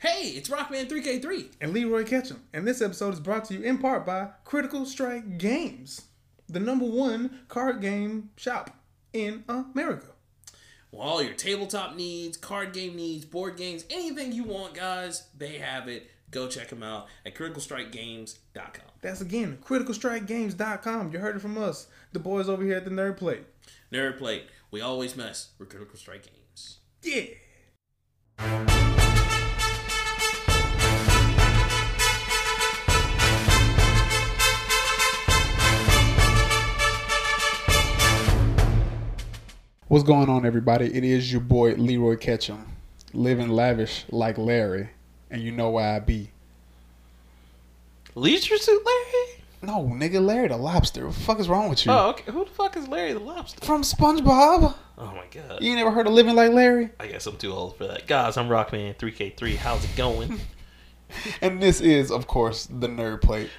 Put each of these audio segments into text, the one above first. Hey, it's Rockman 3K3. and Leroy Ketchum. And this episode is brought to you in part by Critical Strike Games, the number one card game shop in America. Well, all your tabletop needs, card game needs, board games, anything you want, guys, they have it. Go check them out at criticalstrikegames.com. That's again criticalstrikegames.com. You heard it from us, the boys over here at the Nerd Plate. Nerd Plate, we always mess with Critical Strike Games. Yeah. What's going on, everybody? It is your boy Leroy Ketchum, living lavish like Larry, and you know why I be. Leisure Suit Larry? No, nigga, Larry the Lobster. What the fuck is wrong with you? Oh, okay. Who the fuck is Larry the Lobster? From SpongeBob? Oh my god. You ain't never heard of living like Larry? I guess I'm too old for that. Guys, I'm Rockman3K3. How's it going? And this is, of course, the Nerd Plate.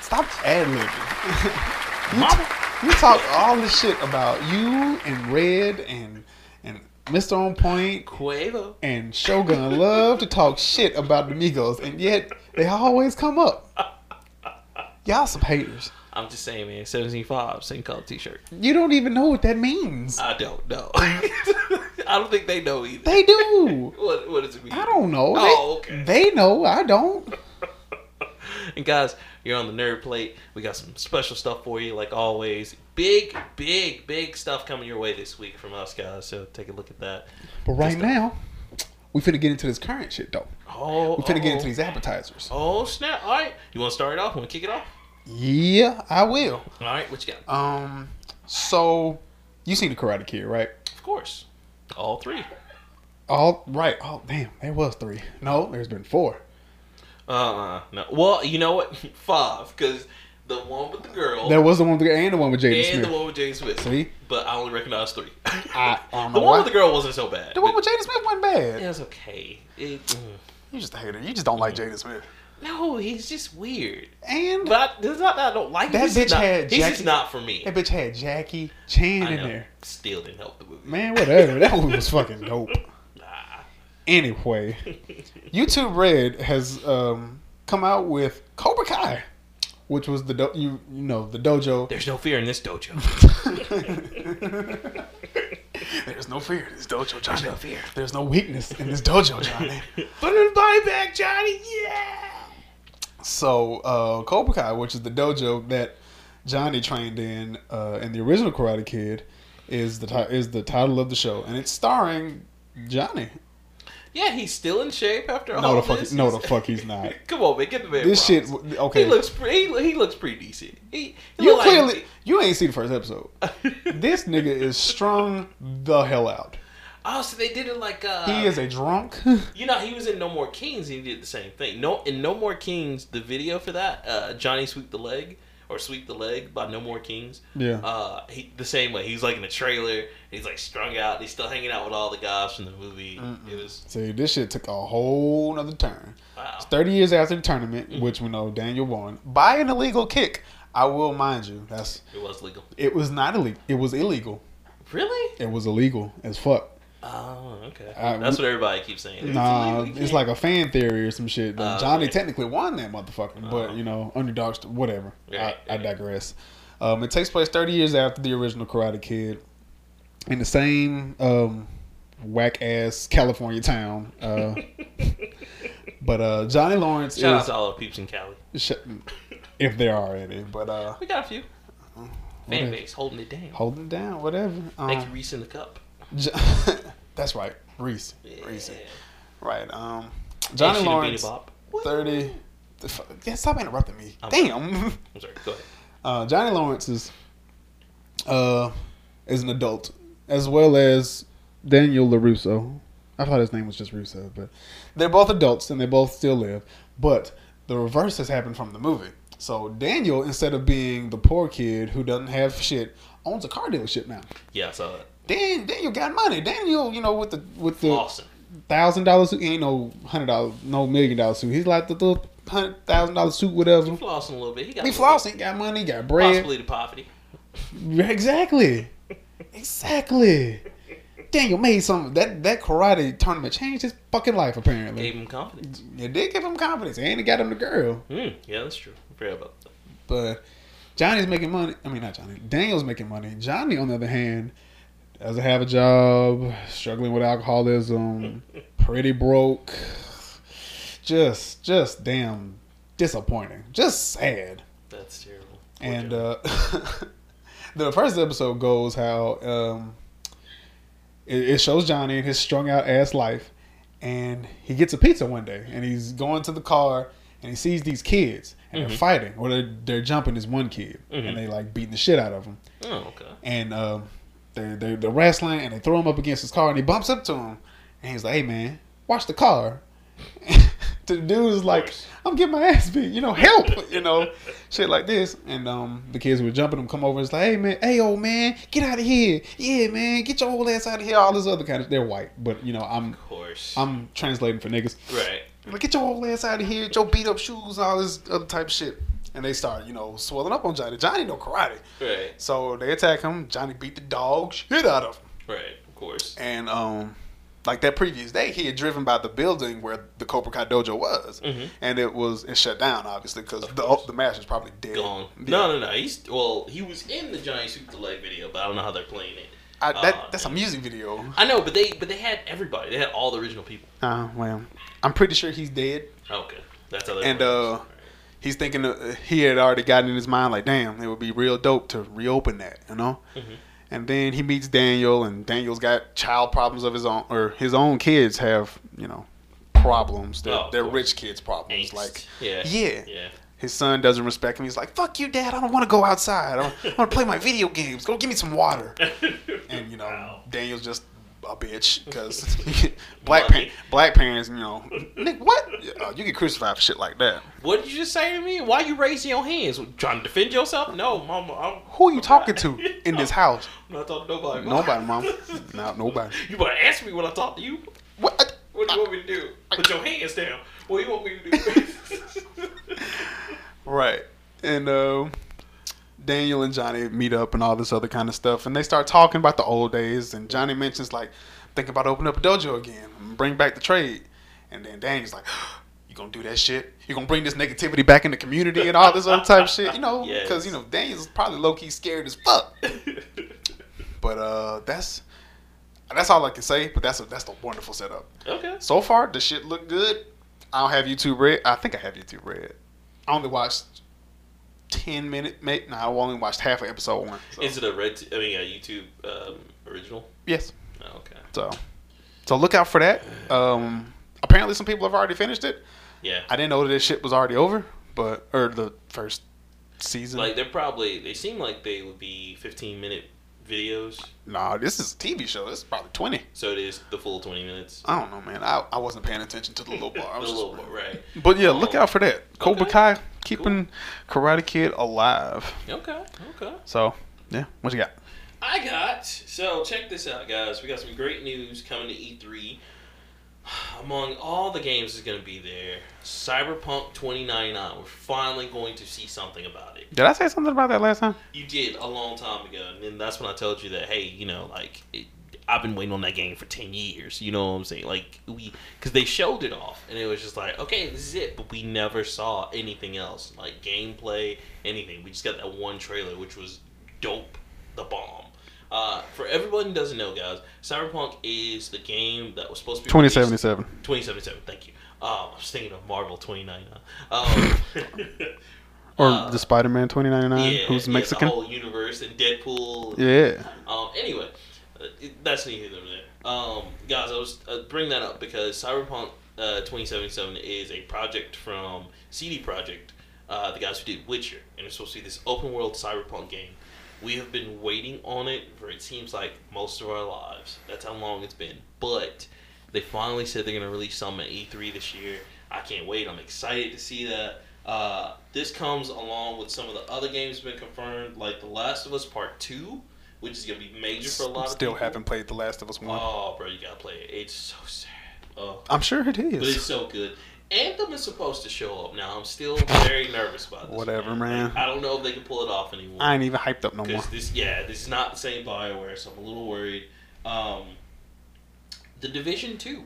Stop ad libbing. you, t- you talk all this shit about you and Red and and Mr. On Point Quavo. and Shogun love to talk shit about the Migos, and yet they always come up. Y'all some haters. I'm just saying, man. 75, same color t shirt. You don't even know what that means. I don't know. I don't think they know either. They do. What, what does it mean? I don't know. They, Oh, okay. they know. I don't. And guys, you're on the nerd plate. We got some special stuff for you, like always. Big, big, big stuff coming your way this week from us, guys. So take a look at that. But right Just a- now, we finna get into this current shit though. Oh, We finna get into oh. these appetizers. Oh snap! All right, you want to start it off? Want to kick it off? Yeah, I will. All right, what you got? Um, so you seen the Karate Kid, right? Of course, all three. All right. Oh damn, there was three. No, there's been four. Uh, no. Well, you know what? Five, because the one with the girl There was the one with the and the one with Jaden and Smith. the one with Jaden Smith. See? But I only recognize three. I- I don't the know one why. with the girl wasn't so bad. the one but with Jaden Smith wasn't bad. it was okay. It, mm. You just a hater. You just don't like Jaden Smith. no, he's just weird. And But I, that's not that I don't like. him, That he's just bitch not, had He's Jackie- just not for me. that bitch had Jackie Chan I in know. there. Still didn't help the movie. Man, whatever. that movie was fucking dope. Anyway, YouTube Red has um, come out with Cobra Kai, which was the do- you you know the dojo. There's no fear in this dojo. There's no fear in this dojo, There's Johnny. no fear. There's no weakness in this dojo, Johnny. Put his body back, Johnny. Yeah. so uh, Cobra Kai, which is the dojo that Johnny trained in uh, in the original Karate Kid, is the ti- is the title of the show, and it's starring Johnny. Yeah, he's still in shape after all No, the fuck, Oh, this. no, the He's- fuck, he's not. Come on, man, get the man. This shit, props. w- okay. He looks pretty. He, he looks pretty decent. He, he You look like- clearly you ain't seen the first episode. this nigga is strung the hell out. oh, so they did it like uh, He is a drunk. You know, he was in No More Kings. and He did the same thing. No, in No More Kings, the video for that, uh, Johnny sweep the leg or sweep the leg by No More Kings. Yeah. Uh, he the same way. He's like in a trailer. He's like strung out. and He's still hanging out with all the guys from the movie. It was See, this shit took a whole nother turn. wow. It's 30 years after the tournament, Mm-hmm. which we know Daniel won by an illegal kick. I will mind you, that's It was legal. it was not illegal. It was illegal. Really? It was illegal as fuck. Oh, okay. Uh, That's what everybody keeps saying. It's Nah, illegal, you it's can't- like a fan theory or some shit. though. Oh, Johnny okay. technically won that motherfucker, but Oh. you know, underdogs, whatever. Right, I, I right. digress. Um, it takes place 30 years after the original Karate Kid in the same um, whack ass California town. Uh, but uh, Johnny Lawrence Shout out is. to all the peeps in Cali. Sh- if there are any, but uh, We got a few. Mm-hmm. Fan base holding it down. holding it down, whatever. Thank you, Um, Reese in the cup. Jo- that's right, Reese. Reese. Right. Um, Johnny Lawrence. Bop. 30. The fu- Yeah, stop interrupting me. I'm Damn. I'm sorry. Go ahead. Uh, Johnny Lawrence is uh is an adult, as well as Daniel Larusso. I thought his name was just Russo, but they're both adults and they both still live. But the reverse has happened from the movie. So Daniel, instead of being the poor kid who doesn't have shit, owns a car dealership now. Yeah, I saw that. Dan Daniel got money. Daniel, you know, with the with the Awesome. thousand dollars suit. He ain't no hundred dollar, no million dollar suit. He's like the little hundred thousand dollar suit, He whatever. flossing a little bit. He got He a little bit. flossing, got money, got bread. Possibly to poverty. Exactly, exactly. Like Daniel made some that that karate tournament changed his fucking life. Apparently, Gave him confidence. it did give him confidence, and it got him the girl. Hmm. Yeah, that's true. I forgot about that. But Johnny's making money. I mean, not Johnny. Daniel's making money. Johnny, on the other hand, doesn't have a job, struggling with alcoholism, pretty broke. Just, just damn disappointing. Just sad. That's terrible. Poor And Johnny. uh, the first episode goes how um, it, it shows Johnny and his strung out ass life, and he gets a pizza one day, and he's going to the car, and he sees these kids, and they're fighting, or they're, they're jumping this one kid, Mhm. and they like beating the shit out of him, oh, okay. and um, they're, they're they're wrestling, and they throw him up against his car, and he bumps up to him, and he's like, "Hey man, watch the car." the dude's like, course. I'm getting my ass beat, you know, help, you know, shit like this. And um, the kids were jumping him, come over, and it's like, hey man, hey old man, get out of here, yeah man, get your old ass out of here. All this other kind of, they're white, but you know, I'm Of course. I'm translating for niggas. Um, right. Like, get your old ass out of here, get your beat up shoes, and all this other type of shit. And they start, you know, swelling up on Johnny. Johnny know karate, Right. so they attack him. Johnny beat the dog shit out of him. Right. Of course. And um, like that previous day, he had driven by the building where the Cobra Kai dojo was, Mhm. and it was it shut down obviously because the the master's probably dead. Gone. Yeah. No, no, no. He's well. He was in the Johnny Soup Delay video, but I don't know how they're playing it. I, that, Uh, that's a music video. I know, but they but they had everybody. They had all the original people. Uh, well, I'm pretty sure he's dead. Okay, that's how they. And, were. uh, He's thinking uh, he had already gotten in his mind like, damn, it would be real dope to reopen that, you know. Mhm. And then he meets Daniel, and Daniel's got child problems of his own, or his own kids have, you know, problems. They're, Oh, of they're course. rich kids' problems. Angst. Like, yeah, yeah. yeah. His son doesn't respect him. He's like, "Fuck you, Dad! I don't want to go outside. I want to play my video games. Go give me some water." And you know, Wow. Daniel's just a bitch because black pa- Money. black parents, you know, Nick, what? Uh, you get crucified for shit like that. What did you just say to me? Why you raising your hands? Trying to defend yourself? No, mama. I'm, Who are you talking to in this house? I'm not talking to nobody. Mama. Nobody, mom. No, nobody. You better answer me when I talk to you. What? What do you want me to do? Put your hands down. What do you want me to do? Right. And uh, Daniel and Johnny meet up and all this other kind of stuff. And they start talking about the old days. And Johnny mentions, like, thinking about opening up a dojo again and bring back the trade. And then Daniel's like, you gonna do that shit? You gonna bring this negativity back in the community and all this other type of shit? You know, Yes. because, you know, Daniel's probably low key scared as fuck. But uh, that's. That's all I can say, but that's a, that's a wonderful setup. okay. So far, the shit look good. I don't have YouTube Red. I think I have YouTube Red. I only watched ten minute. Mate, no, I only watched half of episode one. so- Is it a red? T- I mean, a YouTube um, original? yes. Oh, okay. So, so look out for that. Um, apparently, some people have already finished it. Yeah. I didn't know that this shit was already over, but or the first season. Like they're probably. They seem like they would be 15 minute videos. nah, this is a TV show. This is probably twenty. So it is the full 20 minutes. I don't know, man. I, I wasn't paying attention to the little bar. I A was just, little bit, right. But yeah, look out for that. Cobra Okay. Kai keeping Karate Kid alive. Okay. Okay. So yeah, what you got? I got so check this out, guys. We got some great news coming to E3. Among all the games is going to be there, Cyberpunk 2099. We're finally going to see something about it. Did I say something about that last time? You did a long time ago, and then that's when I told you that hey, you know, like it, I've been waiting on that game for 10 years. You know what I'm saying? Like we, because they showed it off, and it was just like okay, this is it. But we never saw anything else, like gameplay, anything. We just got that one trailer, which was dope, the bomb. Uh, for everyone who doesn't know, guys, Cyberpunk is the game that was supposed to be Twenty released- seventy seven. 2077, thank you. Um, I was thinking of Marvel 2099. Um, Or Uh, the Spider Man twenty ninety nine who's Mexican. the whole universe and Deadpool. Yeah. Um, anyway, uh, it- that's neither here nor there. Um, guys, I was uh, bring that up because Cyberpunk uh, 2077 is a project from CD Projekt, uh, the guys who did Witcher, and it's supposed to be this open world cyberpunk game. We have been waiting on it for it seems like most of our lives. That's how long it's been. But they finally said they're gonna release some at E3 this year. I can't wait. I'm excited to see that. Uh, this comes along with some of the other games that have been confirmed, like The Last of Us Part Two, which is gonna be major for a lot of Still people. haven't played The Last of Us one. Oh, bro, you gotta play it. It's so sad. Oh, I'm sure it but it's is. so good. Anthem is supposed to show up now. I'm still very nervous about this. Whatever, man. I don't know if they can pull it off anymore. I ain't even hyped up no more. Because this, yeah, this is not the same Bioware, so I'm a little worried. Um, The Division Two.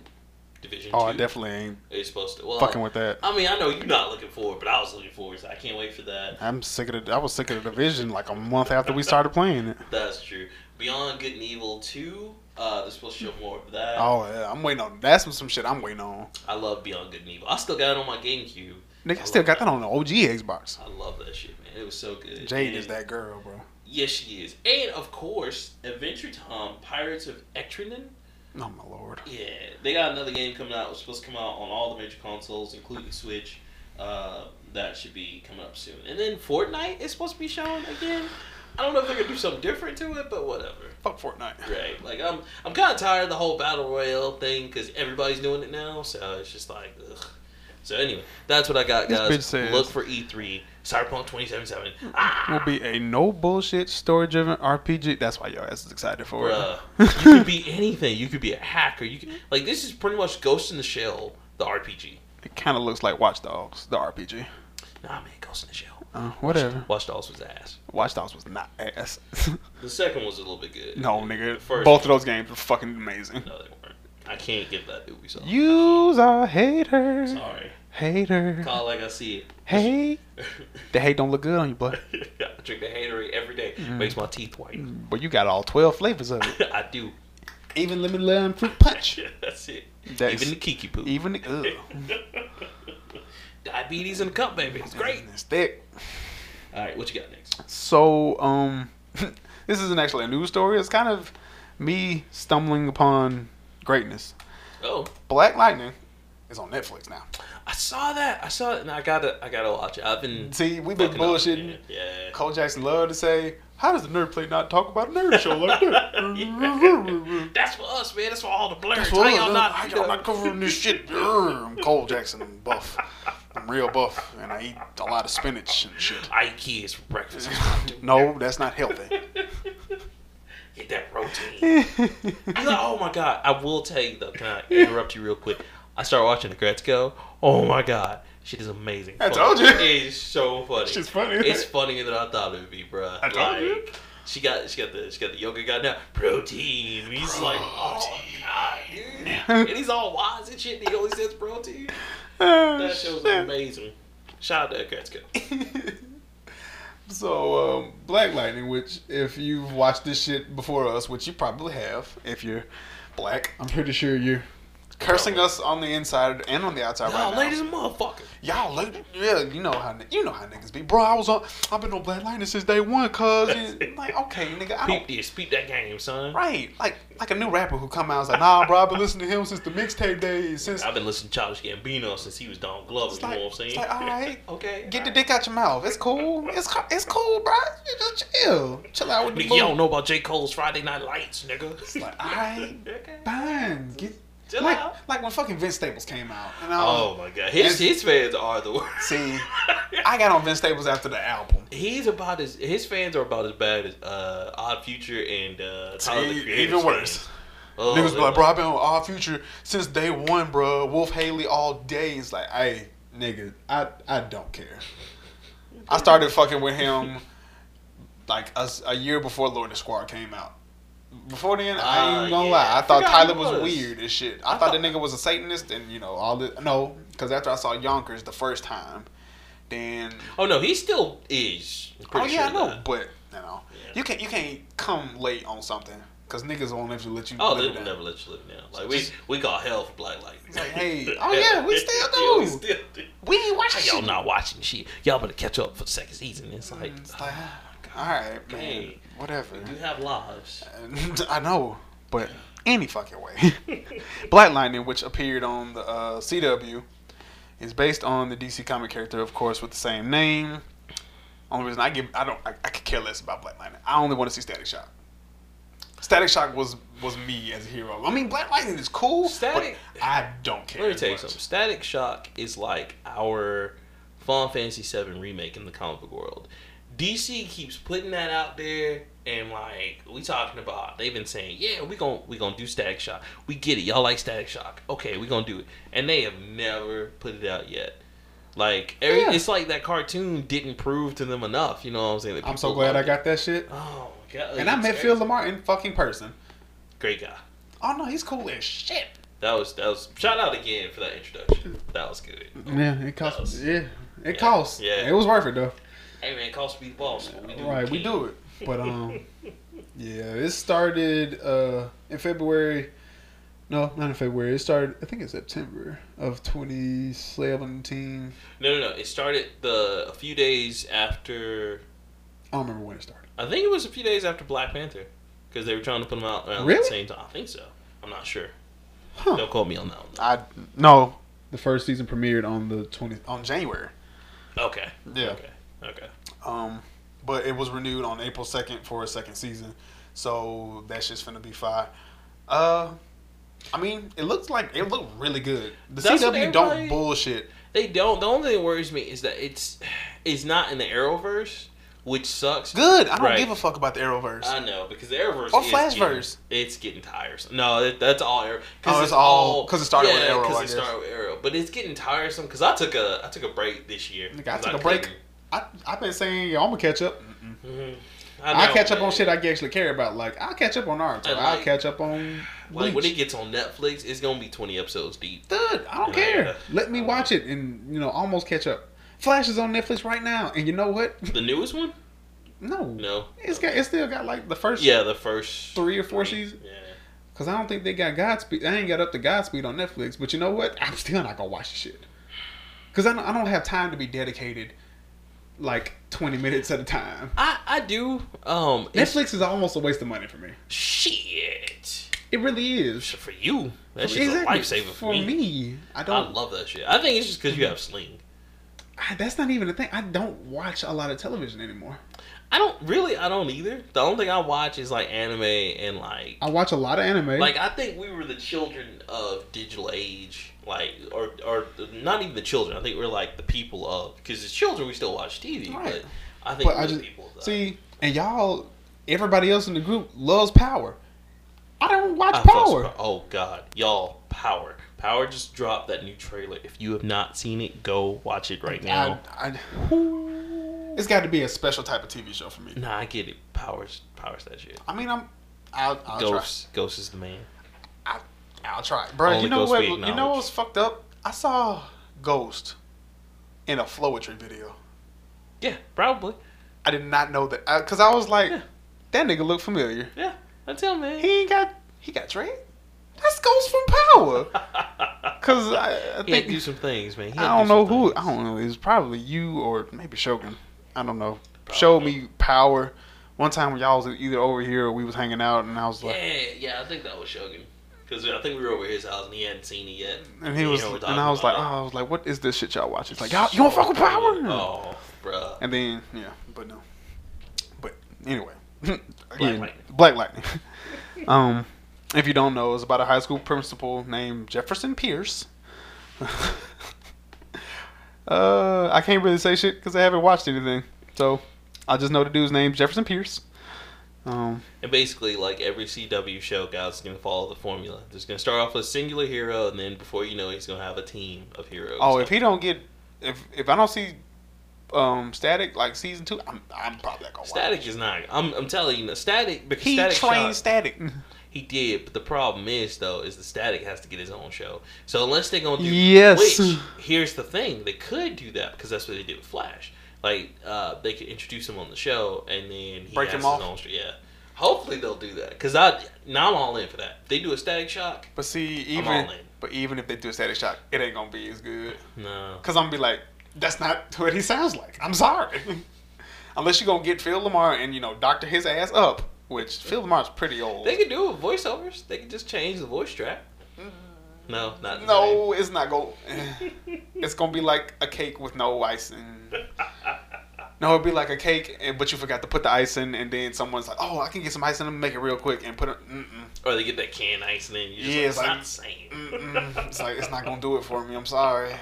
Division Oh, Two I definitely ain't is supposed to. Well, fucking with that. I mean, I know you're not looking forward, but I was looking forward. So I can't wait for that. I'm sick of the. I was sick of the division like a month after we started playing it. That's true. Beyond Good and Evil Two. Uh, they're supposed to show more of that. Oh yeah, I'm waiting on. That's some shit I'm waiting on. I love Beyond Good and Evil. I still got it on my GameCube. Nigga, I still got that on the OG Xbox. I love that shit, man. It was so good. Jade And- is that girl, bro. Yes, she is. And of course, Adventure Time: Pirates of Etrinden. Oh my lord. Yeah, they got another game coming out. It's supposed to come out on all the major consoles, including Switch. Uh, that should be coming up soon. And then Fortnite is supposed to be shown again. I don't know if they're gonna do something different to it, but whatever. Fuck Fortnite. Right? Like I'm, I'm kind of tired of the whole battle royale thing because everybody's doing it now. So it's just like, ugh. So anyway, that's what I got, This guys. bitch says- Look for E3 Cyberpunk 2077. Ah, Will be a no bullshit story driven RPG. That's why your ass is excited for bruh. it. you could be anything. You could be a hacker. You could, like this is pretty much Ghost in the Shell, the RPG. it kind of looks like Watch Dogs, the RPG. Nah, man, Ghost in the Shell. Uh, whatever. Watch Dogs was ass. Watch Dogs was not ass. The second was a little bit good. no, nigga. The first, Both of those games were fucking amazing. No, they weren't. I can't give that to Ubisoft. Yous are haters. Sorry. Hater. Call it like I see Hate. it. The hate don't look good on you, boy. I drink the haterade every day. Mm. Makes my teeth white. But you got all 12 flavors of it. I do. Even lemon lime fruit punch. That's it. That's- Even the kiki poo. Even the. Ugh. Diabetes in a cup, baby. It's great. It's thick. All right, what you got next? So, um, this isn't actually a news story. It's kind of me stumbling upon greatness. Oh, Black Lightning is on Netflix now. I saw that. I saw it, and I gotta, I gotta watch it. I've been See, we've been fucking up, bullshitting. man. Yeah. Cole Jackson loved to say, "How does the nerd plate not talk about a nerd show like Yeah. that?" That's for us, man. That's for all the blurs. That's what How I y'all love. not? How y'all not covering this shit? Grr, I'm Cole Jackson. I'm buff. I'm real buff, and I eat a lot of spinach and shit. I eat kids for breakfast. That's what I do. No, that's not healthy. Get that protein. I'm like, oh my god! I will tell you though. Can I interrupt you real quick? I start watching the Gretzko. Oh my god, shit is amazing. I told you. it's so funny. Shit's funny. It's funnier than I thought it would be, bruh. I told you. She got, she got the, she got the yoga guy now. Protein. And he's like, oh god, dude. and he's all wise and shit. And he only says protein. Oh, That show's shit. amazing. Shout out to Gretzko. so um, black lightning which if you've watched this shit before us which you probably have if you're black i'm pretty sure you're cursing us on the inside and on the outside Y'all right ladies now and motherfuckers. y'all ladies yeah you know how ni- you know how niggas be bro i was on i've been on black lightning since day one cuz it. like okay nigga i Peep don't this, peep that game, son. right like like a new rapper who come out and is like nah bro i've been listening to him since the mixtape days since I've been listening to Childish Gambino since he was Don Glover. It's you like- know what I'm saying? it's like, all right, okay. Get the all dick out your mouth. It's cool. It's co- it's cool, bro. You just chill. Chill out with right. the Nigga, boo. you don't know about J. Cole's Friday Night Lights, nigga. It's like, all right. okay. Fine. Get, Chill like, out. like when fucking Vince Staples came out. And I was, Oh my god, his It's- his fans are the worst. See, I got on Vince Staples after the album. He's about as his fans are about as bad as uh, Odd Future and uh, Tyler the See, Creator. even worse. fans. Oh, Niggas be they're like, bro, I've been on Our Future since day one, bro. Wolf Haley all day. It's like, hey, nigga, I, I don't care. I started fucking with him like a, s- a year before Lord of the Squad came out. Before then, I Ah, ain't gonna yeah. lie. I I thought forgot Tyler he was. was. weird as shit. I, I thought thought- the nigga was a Satanist and, you know, all this. No, because after I saw Yonkers the first time, then Oh no, he still is. I'm pretty oh sure yeah, I know, that. but you know, Yeah. you can't you can't come late on something because niggas won't let you let you. Oh, live they it will down. never let you live now. Like So we just- we got hell for Black Lightning. like, hey, oh, yeah, we still do. we still do. We ain't watching How y'all not watching shit? Y'all better catch up for the second season. It's like, It's like, "Ah, all right, man, Hey. whatever. you have lives. I know, but any fucking way. Black Lightning, which appeared on the uh, CW, is based on the DC comic character, of course, with the same name. Only reason I give I don't I, I could care less about Black Lightning. I only want to see Static Shock. Static Shock was was me as a hero. I mean, Black Lightning is cool. Static- but I don't care. Let me as tell you much. something. Static Shock is like our Final Fantasy VII remake in the comic book world. DC keeps putting that out there, and like we talking about, they've been saying, "Yeah, we gon' we gonna do Static Shock. We get it. Y'all like Static Shock. Okay, we gonna do it." And they have never put it out yet. Like every, Yeah. it's like that cartoon didn't prove to them enough. You know what I'm saying? That I'm so people glad I loved it. got that shit. Oh my god! And I it's met great. Phil Lamar in fucking person. Great guy. Oh no, he's cool as shit. That was that was shout out again for that introduction. That was good. Yeah, it cost. That was- yeah, it yeah, costs. yeah. it was worth it though. Hey man, cost me the boss. so We do right, we do it. But um, yeah, it started uh in February. No, not in February. It started. I think in September of 2017. No, no, no. It started the a few days after. I don't remember when it started. I think it was a few days after Black Panther, because they were trying to put them out around Really? the same time. I think so. I'm not sure. Huh. Don't quote me on that one. I no. The first season premiered on the 20 on January. Okay. Yeah. Okay. Okay. Um, but it was renewed on April second for a second season, so that's just gonna be fire. Uh, I mean, it looks like it looked really good. The That's what CW don't everybody- bullshit. They don't. The only thing that worries me is that it's it's not in the Arrowverse, which sucks. Good. I don't Right. give a fuck about the Arrowverse. I know because the Arrowverse Or is Flashverse. Getting, it's getting tiresome. No, that, that's all Arrow. Oh, it's all- 'cause it started with yeah, Arrow, 'cause it I guess. started with Arrow, but it's getting tiresome because I took a I took a break this year. Nigga, I 'Cause took a break. couldn't- I I've been saying yeah, I'm gonna catch up. Mhm. I know, catch up on man. shit I actually care about. Like I'll catch up on Naruto. And, I'll like- catch up on Like Bleach. when it gets on Netflix, it's gonna be twenty episodes deep. Dude, I don't Yeah. care. Let me watch it and you know almost catch up. Flash is on Netflix right now, and you know what? The newest one? No, No. it's got it's still got like the first Yeah, the first three or four seasons. Yeah. Cause I don't think they got Godspeed. I ain't got up to Godspeed on Netflix, but you know what? I'm still not gonna watch the shit. Cause I don't, I don't have time to be dedicated, like twenty minutes at a time. I I do. Um, it's Netflix is almost a waste of money for me. shit It really is. for you. That shit's a lifesaver for, me. I I don't. Mm-hmm. love that shit. I think it's just because you have Sling. I- that's not even a thing. I don't watch a lot of television anymore. I don't really. I don't either. The only thing I watch is like anime and like I watch a lot of anime. like I think we were the children of digital age, like or or not even the children. I think we're like the people of because as children we still watch TV, Right. but I think but we're I the just people of that. see, and y'all, everybody else in the group loves Power. I don't watch I fucks Power. with- Oh god, y'all, Power. Power just dropped that new trailer. If you have not seen it, go watch it right now. I, I, it's got to be a special type of TV show for me. nah, I get it. Powers, powers that shit. I mean, I'm. I'll, I'll try. Ghost, Ghost is the man. I, I'll try, bro. Only You know Ghost what? we You know what acknowledge. was fucked up? I saw Ghost in a Flowetry video. Yeah, probably. I did not know that because I was like, that nigga look familiar. Yeah, that's him, man. He ain't got. He got trained. That's Ghost from Power. Cause I, I he had to do think some things, man. He had to I don't do know some who. things. I don't know. It was probably you or maybe Shogun. I don't know. Probably. Showed me Power. One time when y'all was either over here or we was hanging out, and I was like, Yeah, yeah, I think that was Shogun. Because I think we were over at his house and he hadn't seen it yet. and he You was, know, we're and talking I was like, about oh, it. I was like, what is this shit y'all watch? It's like, y'all, you want fuck with Power? Oh, bruh. And then, yeah, but no. But anyway, Black Lightning. Black Lightning. um, if you don't know, it's about a high school principal named Jefferson Pierce. uh, I can't really say shit because I haven't watched anything, so I just know the dude's name, Jefferson Pierce. Um, And basically, like every CW show, guys, is gonna follow the formula. There's gonna start off with a singular hero, and then before you know, it, he's gonna have a team of heroes. oh, if he don't get, if if I don't see, um, Static like season two, I'm I'm probably not gonna watch. Static is not. I'm, I'm telling you, Static because He Static trained shot- Static. he did, but the problem is though, is the Static has to get his own show. So unless they're gonna do Yes. which here's the thing, they could do that because that's what they did with Flash. Like uh, they could introduce him on the show, and then he Break has him his off. own show. Yeah. Hopefully they'll do that because I now I'm all in for that. If they do a Static Shock. But see, I'm even all in. but even if they do Static Shock, it ain't gonna be as good. No. Cause I'm gonna be like, that's not what he sounds like. I'm sorry. Unless you're gonna get Phil Lamar and you know doctor his ass up, which Phil Lamar's pretty old. They could do it with voiceovers. They could just change the voice track. No, not the no, it's not going. it's gonna be like a cake with no icing. No, it'd be like a cake, and, but you forgot to put the icing, and then someone's like, "Oh, I can get some icing and make it real quick," and put it. Mm-mm, name. Or they get that canned ice and then you just Yeah, like, it's it's not like- the same. mm-mm. It's like it's not gonna do it for me. I'm sorry.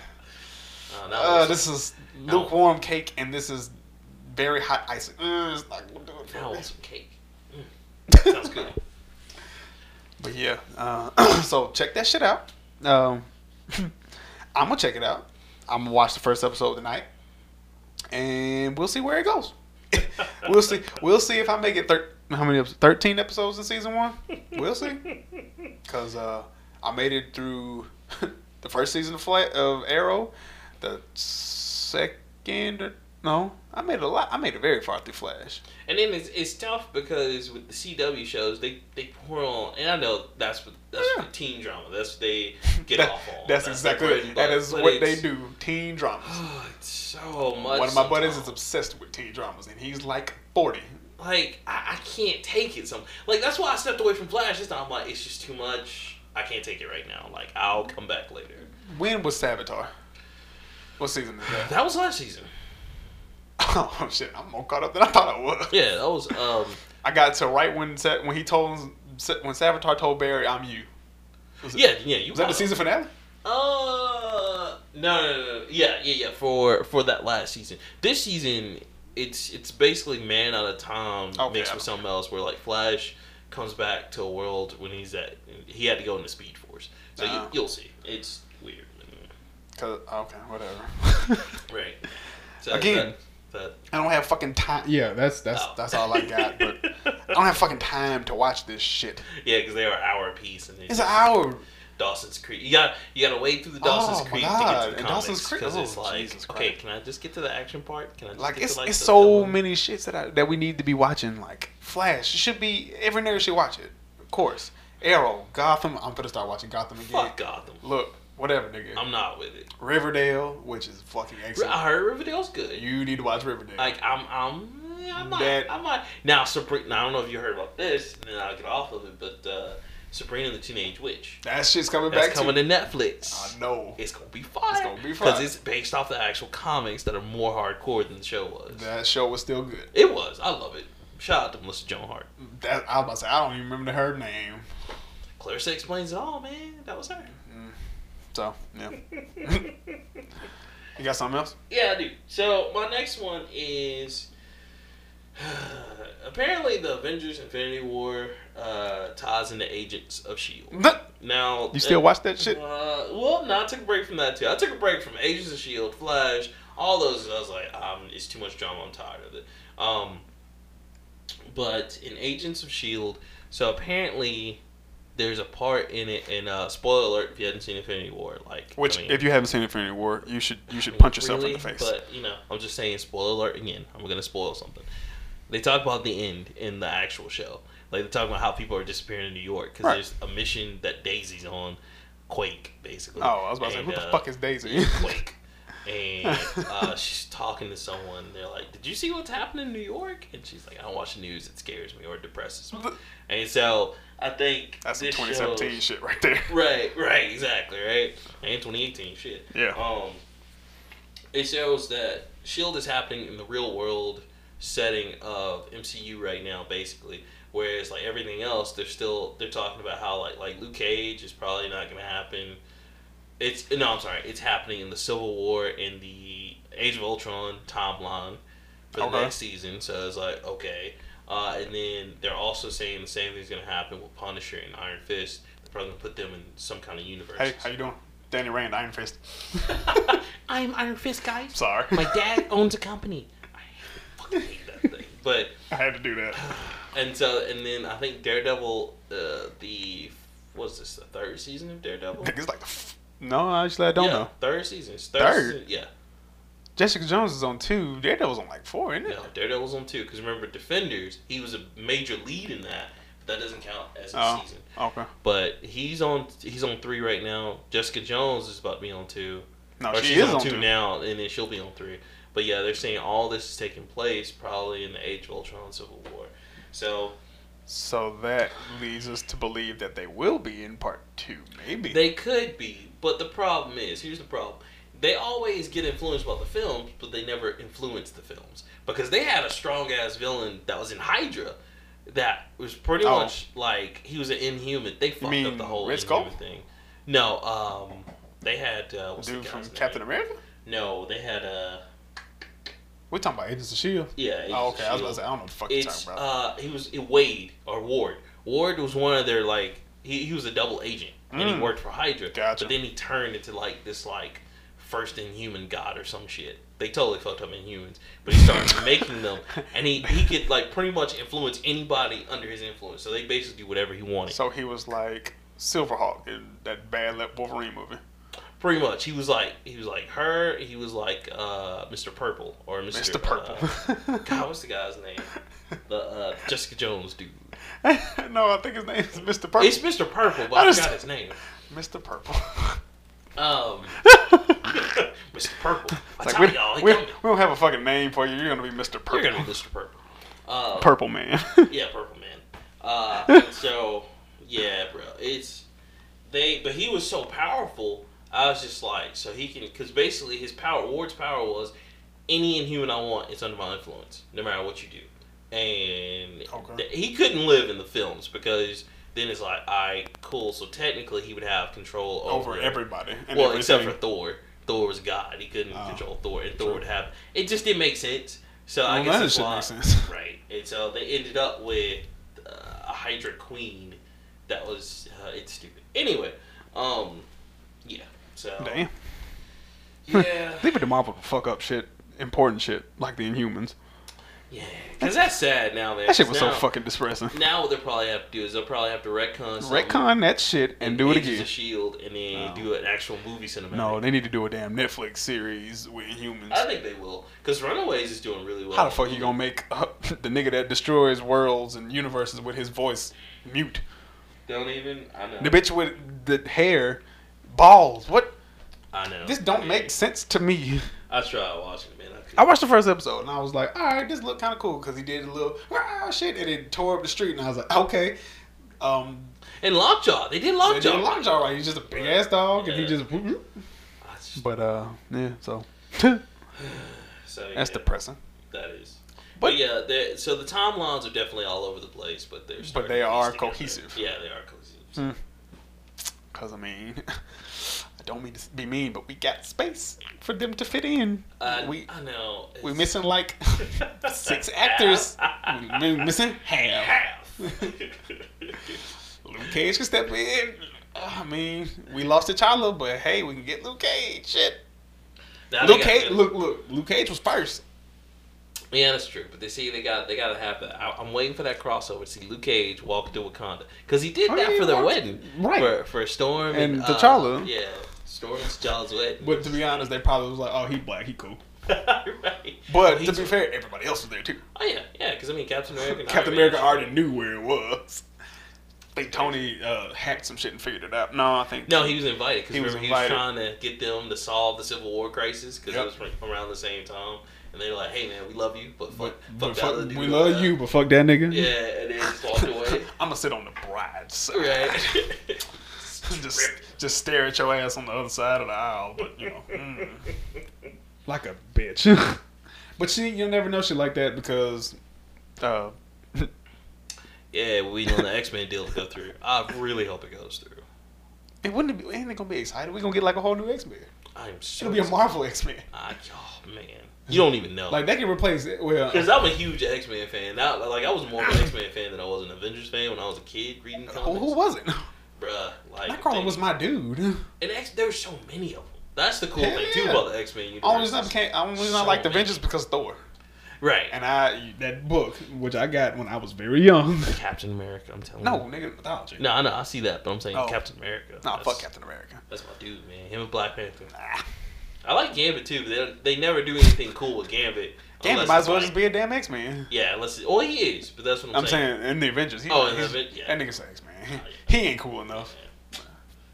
Oh, that Uh, was, this is No. lukewarm cake, and this is very hot icing. Mm, it's not gonna do it I for me. want some cake. Mm. Sounds good. But yeah, uh, so check that shit out. Um, I'm gonna check it out. I'm gonna watch the first episode tonight, and we'll see where it goes. we'll see. We'll see if I make it thir- How many episodes? Thirteen episodes in season one. We'll see. Cause uh, I made it through the first season of Flat of Arrow, the second. Or, no, I made it a lot. I made it very far through Flash. And then it's, it's tough because with the CW shows, they, they pour on, and I know that's what that's Oh, Yeah. what teen drama. That's what they get That- off on. That's, their exactly bread and it. That butter. is But what they it's- Oh, do. Teen dramas. it's so much. One of my buddies is sometimes. obsessed with teen dramas, and he's like forty. like I, I can't take it. Some like that's why I stepped away from Flash this time. I'm like it's just too much. I can't take it right now. Like I'll come back later. When was Savitar? What season is that? That was last season. oh shit! I'm more caught up than I thought I was. Yeah, that was um. I got to right when Sa- when he told Sa- when Savitar told Barry, "I'm you." Was it- Yeah, yeah. You Was that the caught up. season finale? Uh, no, no, no, no. Yeah, yeah, yeah. For for that last season, this season, it's it's basically man out of time Okay, mixed I with don't- something else. Where like Flash comes back to a world when he's at he had to go into Speed Force. So Ah. you, you'll see. It's weird. Cause okay, whatever. Right. So Again. That, I don't have fucking time. Yeah, that's that's Oh. that's all I got. that, But I don't have fucking time to watch this shit. yeah, because they were an hour piece and It's an hour. Dawson's Creek. You got you got to wade through the Dawson's Oh, my Creek to get to God. the And comics Dawson's Creek- because oh, it's like Jesus okay, Christ. can I just get to the action part? Can I just Like get it's to, like it's the- so the- many shits that I, that we need to be watching. Like Flash, it should be every nerd should watch it. Of course, Arrow, Gotham. I'm gonna start watching Gotham again. Fuck Gotham. Look, whatever, nigga. I'm not with it. Riverdale, which is fucking excellent. I heard Riverdale's good. You need to watch Riverdale. Like I'm, I'm, I might, That- I might. Now Sabrina. Now, I don't know if you heard about this, and then I'll get off of it. But uh, Sabrina the Teenage Witch that shit's coming that's back coming to. to Netflix. I know. It's gonna be fire. It's gonna be because fire. it's based off the actual comics that are more hardcore than the show was. That show was still good. It was. I love it. Shout out to Melissa Joan Hart. That I was about to say I don't even remember her name. Clarissa explains it all, man. That was her. So yeah. You got something else? Yeah, I do. So my next one is apparently the Avengers Infinity War uh, ties into Agents of Shield. E Now You still watch that shit? Uh, well, no, I took a break from that too. I took a break from Agents of Shield, E Flash, all those. and I was like, um, it's too much drama. I'm tired of it. Um, but in Agents of Shield, E so apparently there's a part in it. And uh, spoiler alert, if you hadn't seen Infinity War, like Which, I mean- if you haven't seen Infinity War, you should you should I mean, punch yourself in really, the face. But you know, I'm just saying, spoiler alert again. I'm gonna spoil something. They talk about the end in the actual show. Like they talk about how people are disappearing in New York because Right. there's a mission that Daisy's on, Quake basically. oh, I was about to say, And, who the uh, fuck is Daisy? Quake. And uh, she's talking to someone. They're like, "Did you see what's happening in New York?" And she's like, "I don't watch the news. It scares me or it depresses me." And so I think That's some this 2017 shows- shit right there. Right, right, exactly, right. And 2018, shit. Yeah. Um, it shows that Shield E is happening in the real world setting of MCU right now, basically. Whereas like everything else, they're still they're talking about how like like Luke Cage is probably not going to happen. It's no, I'm sorry, it's happening in the Civil War in the Age of Ultron timeline for the Okay. next season. So it's like okay. Uh, and then they're also saying the same thing's going to happen with Punisher and Iron Fist. They're probably going to put them in some kind of universe. Hey, how you doing? Danny Rand, Iron Fist. I'm Iron Fist, guys. Sorry, My dad owns a company. I fucking hate that thing. But I had to do that. and so and then I think Daredevil, uh, the was this the third season of Daredevil? Niggas like, "F- no, actually, I don't Oh. yeah, know. Third season. It's Third. Third? season- yeah. Jessica Jones is on two. Daredevil's on like four, isn't it? No, Daredevil's on two. Because remember, Defenders, he was a major lead in that, but that doesn't count as a Oh, season. okay. But he's on he's on three right now. Jessica Jones is about to be on two. No, or she she's is on, on two, two. now, and then she'll be on three. But yeah, they're saying all this is taking place probably in the Age of Ultron Civil War. So So that leads us to believe that they will be in part two, maybe. they could be, but the problem is here's the problem. They always get influenced by the films, but they never influence the films because they had a strong ass villain that was in Hydra, that was pretty Oh. much like he was an Inhuman. They fucked up mean the whole Red Inhuman Skull? thing. No, um, they had uh, what's Dude the from guy's Captain name? America? No, they had uh, We're talking about Agents of S.H.I.E.L.D. yeah. oh, okay. I Shield. was about to say, I don't know what the fuck you're it's talking about. uh he was it Wade or Ward. Ward was one of their like he, he was a double agent and he Mm. worked for Hydra. Gotcha. But then he turned into like this like first inhuman god or some shit. They totally fucked up inhumans, but he started making them, and he, he could like pretty much influence anybody under his influence. So they basically do whatever he wanted. So he was like Silverhawk in that bad lip Wolverine movie. pretty much, he was like he was like her. He was like uh, Mr. Purple or Mr. Mr. Purple. uh, God, what's the guy's name? The uh, Jessica Jones dude. no, I think his name is Mr. Purple. It's Mr. Purple, but I I, just- forgot his name. Mr. Purple. Um, Mr. Purple. I It's like tell we, y'all, he we, told me. we don't have a fucking name for you. You're gonna be Mr. Purple. You're gonna be Mr. Purple. Uh, Purple man. yeah, Purple Man. Uh, and so yeah, bro, it's they, but he was so powerful. I was just like, so he can, because basically his power, Ward's power was any inhuman I want is under my influence, no matter what you do. And Okay. th- he couldn't live in the films because then it's like, all right, cool. So technically, he would have control over, Over everybody. And well, except for everything. Thor. Thor was God. He couldn't Oh. control Thor, and Thor True. would have. It just didn't make sense. So I Well, guess that that's shit why. makes sense. Right, and so they ended up with uh, a Hydra Queen. That was uh, it's stupid. Anyway, um, yeah. So Damn. yeah, Leave it to Marvel to fuck up shit, important shit, like the Inhumans. yeah. Because that's sad now, man. That shit was 'cause so now- fucking distressing. Now what they'll probably have to do is they'll probably have to retcon something Retcon that shit and do it Agents again. of Shield, and then No. do an actual movie cinematic. No, they need to do a damn Netflix series with Inhumans. I think they will because Runaways is doing really well. How the fuck you gonna make uh, the nigga that destroys worlds and universes with his voice mute? Don't even. I know. The bitch with the hair, balls. What? I know. This don't make sense to me. I tried watching it, man. I, I couldn't. watched the first episode and I was like, all right, this looked kind of cool because he did a little rah, shit and it tore up the street and I was like, okay. Um, and Lockjaw, they did they did Lockjaw. a lot of y'all right. He's just a big ass dog and he Yeah. just. I just- But uh, yeah. So so, yeah, that's depressing. That is. But, yeah, they're- so the timelines are definitely all over the place, but they're. starting they to piece are together. cohesive. Mm. Yeah, they are cohesive. Hmm. Cause I mean, I don't mean to be mean, but we got space for them to fit in. I, we I know. we it's- missing like six actors. we we missing half. Half. Luke Cage can step in. I mean, we lost T'Challa, but hey, we can get Luke Cage. Shit, Now they Luke got Cage. the- Look, look, Luke Cage was first. Yeah, that's true. But they see they got they got to have that. I, I'm waiting for that crossover to see Luke Cage walk to Wakanda because he did Oh, that yeah, for their walked- wedding, right. For, for Storm and, And uh, T'Challa. yeah, Storm and T'Challa's wedding. But to be honest, they probably was like, oh, he black, he cool. right. But He's- to be fair, everybody else was there too. oh yeah, yeah. Because I mean, Captain America. and Captain Iron Man- America already knew where it was. I think Tony uh, hacked some shit and figured it out. No, I think No, he was invited because He was remember he invited. was trying to get them to solve the Civil War crisis because Yep. it was right around the same time, and they were like, "Hey man, we love you, but fuck, But fuck the fuck- other dude we over love there." you, but fuck that nigga. Yeah, and they just walked away. I'm gonna sit on the bride's side. right. just just stare at your ass on the other side of the aisle, but you know, mm. Like a bitch. but she you'll never know shit like that because uh, Yeah, we know the X Men deal to go through. I really hope it goes through. it wouldn't be ain't they gonna be excited? We gonna get like a whole new X Men. I'm so. It'll be a excited. Marvel X Men. I, oh man, you don't even know. Like they can replace it. Well, because I'm a huge X Men fan. I, like I was more of an X Men fan than I was an Avengers fan when I was a kid reading who, comics. who was it? Bruh, like Nightcrawler was my dude. and X, there were so many of them. That's the cool Hell thing too yeah. about the X Men universe. Only reason I became, only reason I So liked many. Avengers because Thor. right? And I that book, which I got when I was very young. Captain America. I'm telling no you. nigga mythology. No, Oh, I know. I see that, but I'm saying Oh. Captain America. Nah, That's- fuck Captain America. Ah, That's my dude, man. Him and Black Panther. Nah. I like Gambit too, but they, they never do anything cool with Gambit. Damn, it unless might it's as well like- just be a damn X Man. Yeah, unless it, well he is, but that's what I'm, I'm saying in the Avengers. He, Oh, in the he's- Aven- yeah. That nigga's X Man. Oh, yeah. He ain't cool enough.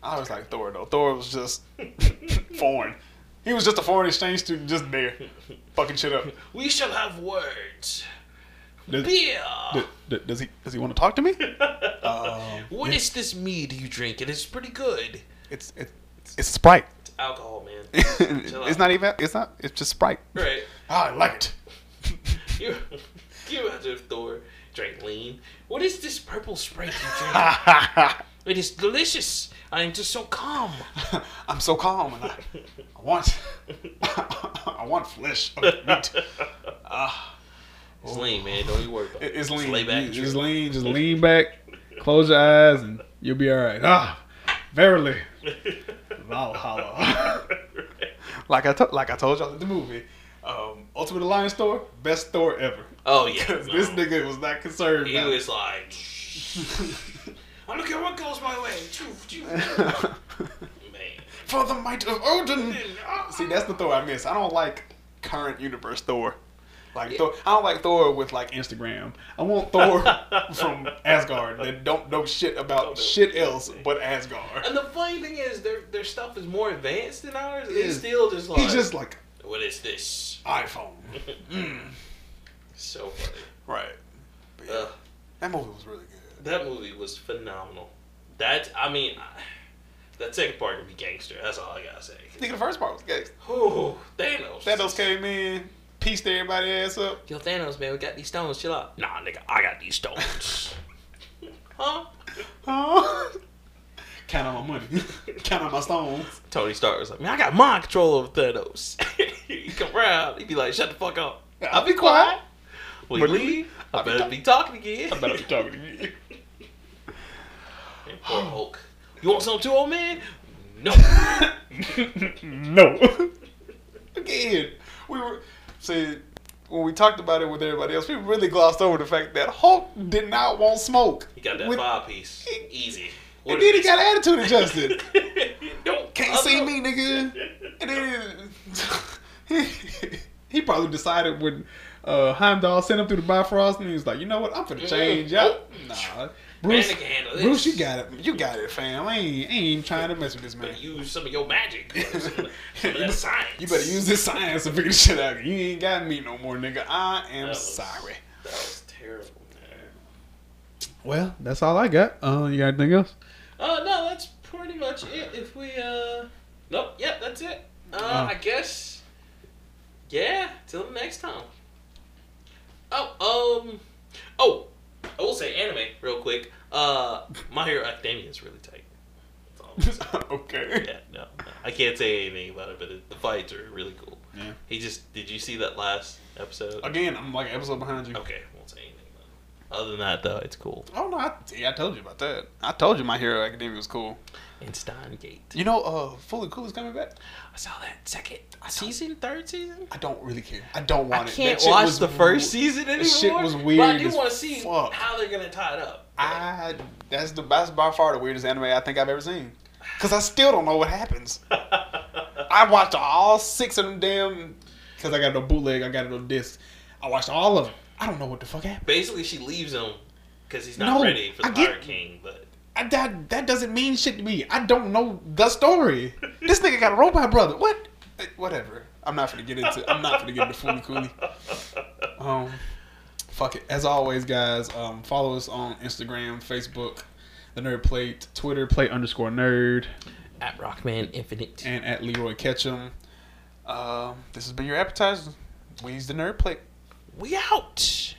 I was like Thor though. Thor was just foreign. He was just a foreign exchange student, just there, fucking shit up. We shall have words. Does, Beer. d- d- does he does he want to talk to me? Um, What is this mead you drink? It is pretty good. It's it, it's Sprite. It's alcohol, man. it's not even. It's not. It's just Sprite. right. Ah, I like it. You, you imagine if Thor drank lean. What is this purple Sprite you drink? I'm it is delicious. I am just so calm. so calm, and I, I want I want flesh of meat. It's lean, man. Don't you worry about it. ah. It- It's lean. Just lay back and Just drink. lean, just lean back, close your eyes, and you'll be all right. Ah, verily, Valhalla. Right. Like I to- like I told y'all in the movie, um, Ultimate Alliance Thor, best Thor ever. Oh yeah, Because no. this nigga was not concerned. He about was like, I don't care what goes my way. Choo, choo. it. Man. For the might of Odin. See, that's the Thor I miss. I don't like current universe Thor. Like Thor, I don't like Thor with like Instagram. I want Thor from Asgard that don't know shit about Don't know shit else but Asgard. And the funny thing is, their their stuff is more advanced than ours. They Is- still just like, He's just like what is this? iPhone, Mm. So funny. right? But yeah, Ugh. that movie was really good. That movie was phenomenal. That I mean, I, that second part could be gangster. That's all I gotta say. I think the first part was gay. Oh, Thanos. Thanos came in, pieced everybody ass up. Yo, Thanos, man, we got these stones. Chill out. Nah, nigga, I got these stones. huh? Count on my money. Count on my stones. Tony Stark was like, man, I got mind control over Thanos. he come around, he'd be like, shut the fuck up. I'll be quiet. We But- leave. I I'll be better talk- be talking again. I better be talking to you. And Oh. Poor Hulk. You want some too, old man? No. no. Again, we were see when we talked about it with everybody else, we really glossed over the fact that Hulk did not want smoke. he got that With- five piece. Easy. And then he got attitude adjusted. Don't Can't see me, nigga. And then he, he probably decided when uh, Heimdall sent him through the Bifrost, and he was like, you know what, I'm finna change up. Nah, Bruce, Man, I can Oh. handle this. Bruce, you got it, you got it, fam. I ain't, I ain't trying to mess with this man. Better use some of your magic. Some of that- some of You that be- science. You better use this science to figure this shit out. You ain't got me no more, nigga. I am That was- sorry. That was terrible, man. Well, that's all I got. Uh, you got anything else? Uh, no, that's pretty much it. If we, uh, nope, yep, that's it. Uh, I guess, yeah, till next time. Oh, um, oh, I will say anime real quick. Uh, My Hero Academia is really tight. That's all. I'm gonna say. okay. yeah, no, no, I can't say anything about it, but it, the fights are really cool. Yeah. He just, did you see that last episode? Again, I'm like an episode behind you. Okay, won't say anything about it. Other than that, though, it's cool. Oh no, I, yeah, I told you about that. I told you my Hero Academia was cool. And Steingate. You know, uh, Fully Cool is coming back. I saw that second season, third season? I don't really care. I don't want I it. can't That shit watch was the first season anymore. shit was But I weird do as want to see fuck. how they're gonna tie it up. I that's the that's by far the weirdest anime I think I've ever seen. Cause I still don't know what happens. I watched all six of them damn. Cause I got no bootleg, I got no disc. I watched all of them. I don't know what the fuck happened. Basically, she leaves him because he's not No, ready for the I get- Pirate King. But I, that that doesn't mean shit to me. I don't know the story. This nigga got a robot brother. What? Eh, Whatever. I'm not gonna get into. I'm not gonna get into Fooly Cooley. Um, fuck it. As always, guys, um, follow us on Instagram, Facebook, the Nerd Plate, Twitter, Plate underscore Nerd, at Rockman Infinite. and at Leroy Ketchum. Um, this has been your appetizer. We's the Nerd Plate. we out.